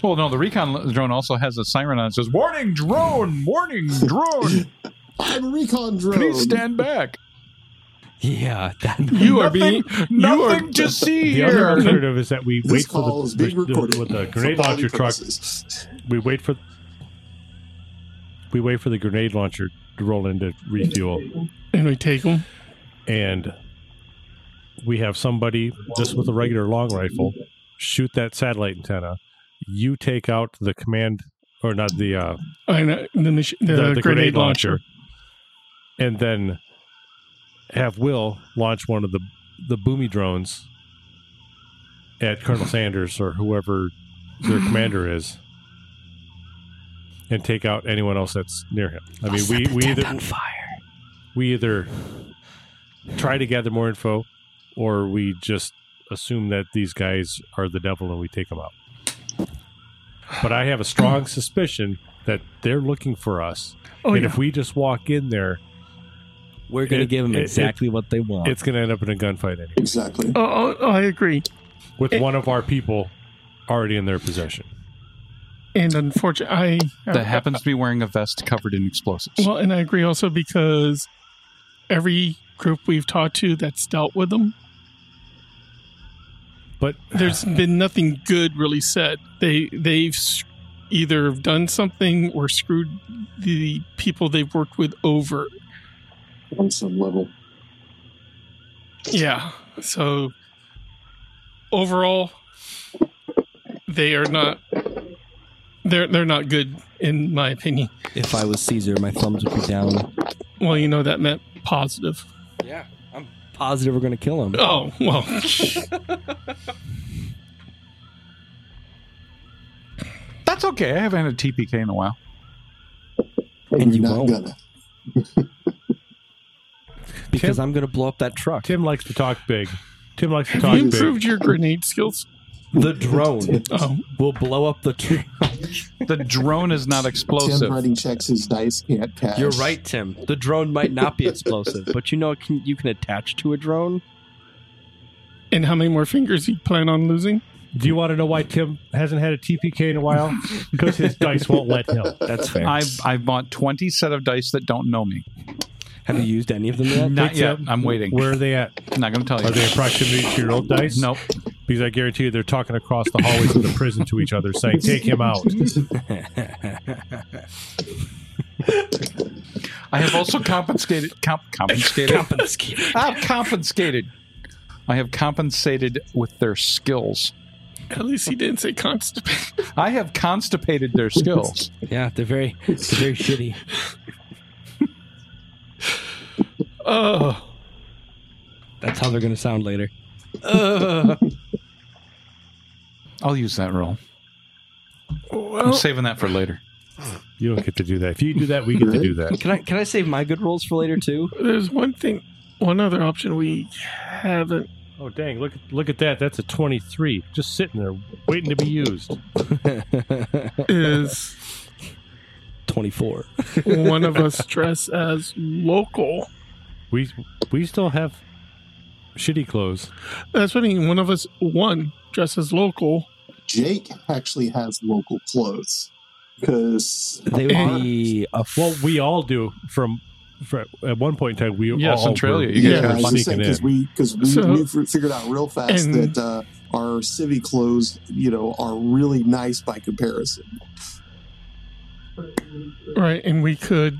S7: Well, no, the recon l- drone also has a siren on it that says "Warning drone, warning drone,
S3: I'm a recon drone.
S7: please stand back.
S8: Yeah. That,
S9: You are
S7: Nothing,
S9: being
S7: nothing to see
S10: The other
S7: here."
S10: alternative is that we
S3: This
S10: wait
S3: call
S10: for
S3: is
S10: the,
S3: being
S10: the,
S3: recorded
S10: the, with the
S3: for
S10: grenade
S3: quality
S10: launcher truck.
S3: purposes.
S10: We wait for we wait for the grenade launcher to roll in to refuel,
S9: and we take them.
S10: and we have somebody just with a regular long rifle shoot that satellite antenna. You take out the command or not the uh,
S9: I know the, mach- the,
S10: the, the
S9: grenade, launcher.
S10: and then have Will launch one of the the boomy drones at Colonel Sanders or whoever their commander is, and take out anyone else that's near him. I mean, we we either we either try to gather more info, or we just assume that these guys are the devil and we take them out. But I have a strong suspicion that they're looking for us.
S9: Oh,
S10: and
S9: yeah.
S10: if we just walk in there,
S8: We're going to
S10: It-
S8: give them
S10: it- it-
S8: exactly what they want.
S10: it's going to end up in a gunfight anyway,
S3: Exactly.
S9: Oh, oh, oh, I agree.
S10: with one of our people already in their possession.
S9: And unfortunately, I uh,
S7: That happens to be wearing a vest covered in explosives.
S9: Well, and I agree also because every group we've talked to that's dealt with them,
S10: But
S9: there's been nothing good really said. They they've s- either have done something or screwed the people they've worked with over. Oh.
S3: On some level.
S9: Yeah. So overall, they are not. They're they're not good in my opinion.
S8: if I was Caesar, my thumbs would be down.
S9: Well, you know that meant positive.
S8: Yeah. I'm positive we're going to kill them.
S9: Oh well.
S7: That's okay. I haven't had a TPK in a while.
S8: And you
S3: You're not
S8: won't.
S3: gonna.
S8: Because I'm going to blow up that truck.
S10: Tim likes to talk big. Tim likes to
S9: Have
S10: talk
S9: you
S10: big.
S9: improved your grenade skills?
S8: The drone
S9: Oh,
S8: will blow up the tree.
S7: The drone is not explosive.
S3: Tim writing checks his dice can't cash.
S8: You're right, Tim. The drone might not be explosive, but you know it can, you can attach to a drone.
S9: and how many more fingers you plan on losing?
S10: Do you want to know why Tim hasn't had a TPK in a while? Because his dice won't let him.
S8: That's fair.
S7: I've I've bought twenty set of dice that don't know me.
S8: Have you used any of them yet?
S7: Not yet. I'm waiting.
S10: Where are they at?
S7: Not going to tell you.
S10: Are they in proximity to your old dice?
S7: Nope.
S10: Because I guarantee you they're talking across the hallways of the prison to each other saying, take him out.
S7: I have also confiscated. Comp, confiscated.
S8: Confiscated.
S7: I've confiscated. I have compensated with their skills.
S9: At least he didn't say constipated.
S7: I have constipated their skills.
S8: Yeah, they're very, they're very shitty.
S9: Oh,
S8: That's how they're going to sound later. Uh,
S7: I'll use that rule. I'm
S9: well,
S7: saving that for later.
S10: You don't get to do that. If you do that, we get to do that.
S8: can I can I save my good rolls for later too?
S9: there's one thing, one other option we haven't.
S10: Oh, dang. Look, look at that. That's a 23 just sitting there waiting to be used.
S9: Is
S8: Twenty four.
S9: one of us dress as local?
S10: We, we still have shitty clothes.
S9: That's what I mean. One of us, one dress as local.
S3: Jake actually has local clothes because
S8: They would be a f-
S10: Well, we all do from, from at one point in time. We
S7: Yeah,
S10: all
S7: Centralia,
S10: were-
S7: you guys
S10: were
S3: yeah,
S10: sneaking in.
S3: because we because we,
S9: So-
S3: we fi- figured out real fast
S9: and-
S3: that uh, our civvy clothes, you know, are really nice by comparison.
S9: Right, and we could.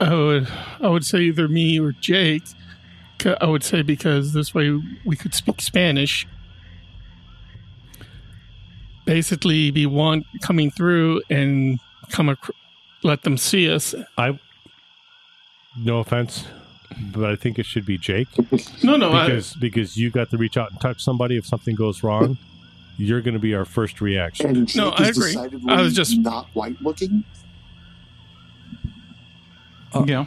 S9: I would, I would say either me or Jake. c- I would say because this way we could speak Spanish. Basically, be one coming through and come, ac- let them see us.
S10: No offense, but I think it should be Jake
S9: No, no, I,
S10: because because you got to reach out and touch somebody if something goes wrong. You're going to be our first reaction.
S3: And Jake
S9: No, I
S3: is
S9: agree.
S3: decidedly
S9: I was just-
S3: not white looking.
S9: uh,
S8: Oh.
S7: Yeah.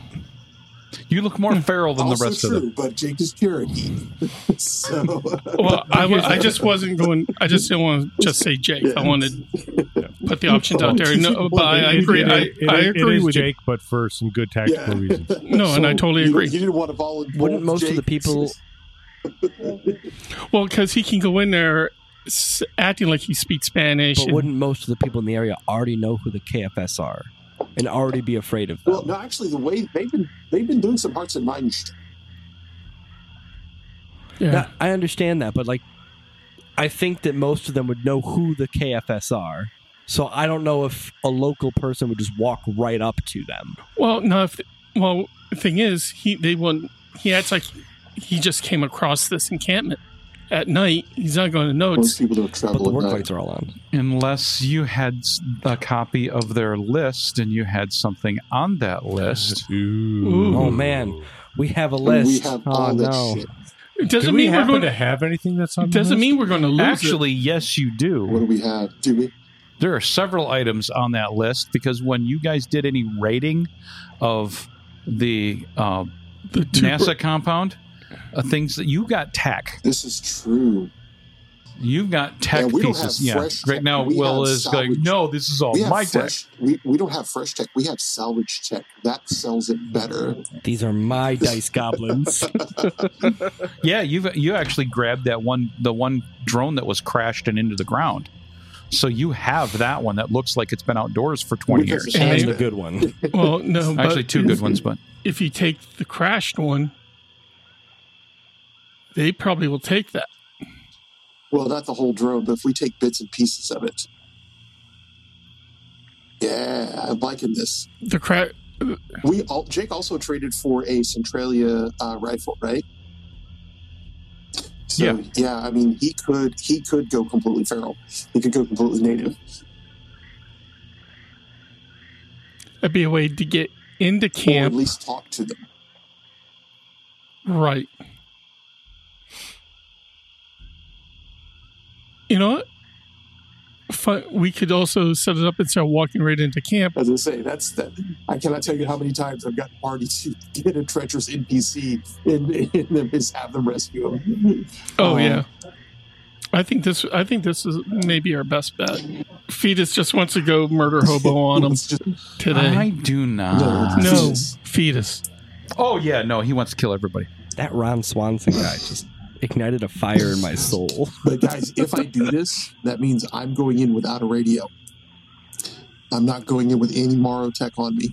S7: You look
S9: Hmm.
S7: more feral than the
S3: also
S7: rest
S3: true,
S7: of them.
S3: but Jake is Cherokee, so
S9: well, I, wa- I just wasn't going. I just didn't want to just say Jake. I wanted to put the options out there. No, but I, I agree.
S10: It-
S9: I,
S10: it-
S9: I
S10: it
S9: agree
S10: is
S9: with you.
S10: Jake, but for some good tactical
S3: Yeah.
S10: reasons.
S9: No, and I totally
S3: you-
S9: agree.
S3: You didn't want to volunteer.
S8: Wouldn't most of the people-
S9: Well, because he can go in there s- acting like he speaks Spanish.
S8: but
S9: and-
S8: wouldn't most of the people in the area already know who the KFS are and already be afraid of them?
S3: Well, no, actually, the way they've been they've been doing some hearts and minds.
S9: yeah.
S8: Now, I understand that, but like, I think that most of them would know who the KFS are. So I don't know if a local person would just walk right up to them.
S9: Well, no. If, well, the thing is, he they won't. He acts like he just came across this encampment at night. He's not going to know.
S3: Most
S9: It's,
S3: people don't
S8: But the
S3: travel
S8: work
S3: at night.
S8: lights are all on.
S7: Unless you had s- a copy of their list and you had something on that list.
S9: Ooh.
S8: Oh man, we have a list.
S3: We have
S8: oh
S3: all that
S8: no,
S3: shit.
S9: it
S10: Do
S9: doesn't
S10: we
S9: mean we're
S10: happen
S9: going.
S10: to have anything that's on?
S9: It
S10: the
S9: doesn't
S10: list?
S9: mean we're going to lose it.
S7: Actually, yes, you
S3: What
S7: do.
S3: do we have? Do we?
S7: There are several items on that list because when you guys did any rating of the uh,
S9: The two-
S7: NASA compound, uh, things that you got tech,
S3: This is true.
S7: you've got tech
S3: Yeah, we don't
S7: pieces.
S3: have
S7: Yeah,
S3: fresh
S7: right
S3: tech.
S7: now
S3: We
S7: Will
S3: have
S7: is
S3: salvage.
S7: going. No, this
S8: Oh,
S7: is all
S3: we have
S7: my tech.
S3: fresh. We, we don't have fresh tech. We have salvage tech. That sells it better.
S8: these are my dice goblins.
S7: Yeah, you you actually grabbed that one the one drone that was crashed and into the ground. So you have that one that looks like it's been outdoors for 20
S3: Which is
S7: years.
S9: And
S8: and
S9: they-
S8: the good one.
S9: well, no. But
S7: Actually two good ones, but
S9: If you take the crashed one, they probably will take that.
S3: Well, not the whole drone, but if we take bits and pieces of it. Yeah, I'm liking this.
S9: The cra-
S3: We all, Jake also traded for a Centralia uh, rifle, right? So,
S7: Yeah.
S3: yeah. I mean, he could he could go completely feral. He could go completely native.
S9: That'd be a way to get into
S3: or at
S9: camp,
S3: least talk to them.
S9: right? You know what? fi- we could also set it up and start walking right into camp.
S3: As I say, that's that. I cannot tell you how many times I've gotten Marty to get a treacherous NPC and, and then just have them rescue him.
S9: Oh
S3: Um,
S9: yeah, I think this. I think this is maybe our best bet. Fetus just wants to go murder hobo on him
S3: It's just-
S9: today.
S11: I do not.
S3: No.
S9: no, fetus.
S11: Oh yeah, no, he wants to kill everybody.
S12: That Ron Swanson guy just ignited a fire in my soul.
S3: But guys, if I do this, that means I'm going in without a radio. I'm not going in with any Morrow tech on me.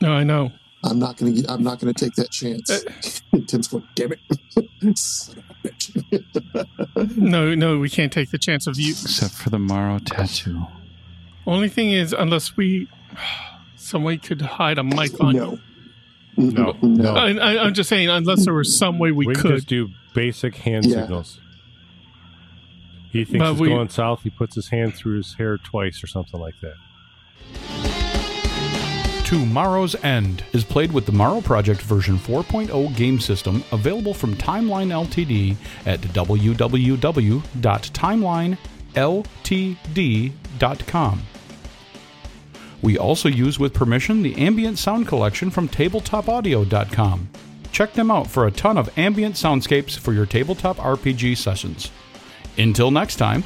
S9: No, I know.
S3: I'm not gonna. Get, I'm not gonna take that chance.
S9: Uh,
S3: Tim's going. Damn it, son of a bitch.
S9: No, no, we can't take the chance of you.
S11: Except for the Morrow tattoo.
S9: Only thing is, unless we, some way could hide a mic on.
S3: no.
S10: No,
S3: No.
S9: I, I, I'm just saying, unless there was some way we,
S10: we can
S9: could.
S10: just do basic hand
S3: Yeah.
S10: signals. He thinks
S9: But
S10: it's
S9: we-
S10: going south. He puts his hand through his hair twice or something like that.
S7: To Morrow's End is played with the Morrow Project version 4.0 game system available from Timeline Ltd. at www.timelineltd.com. We also use with permission the ambient sound collection from tabletopaudio.com. Check them out for a ton of ambient soundscapes for your tabletop RPG sessions. Until next time.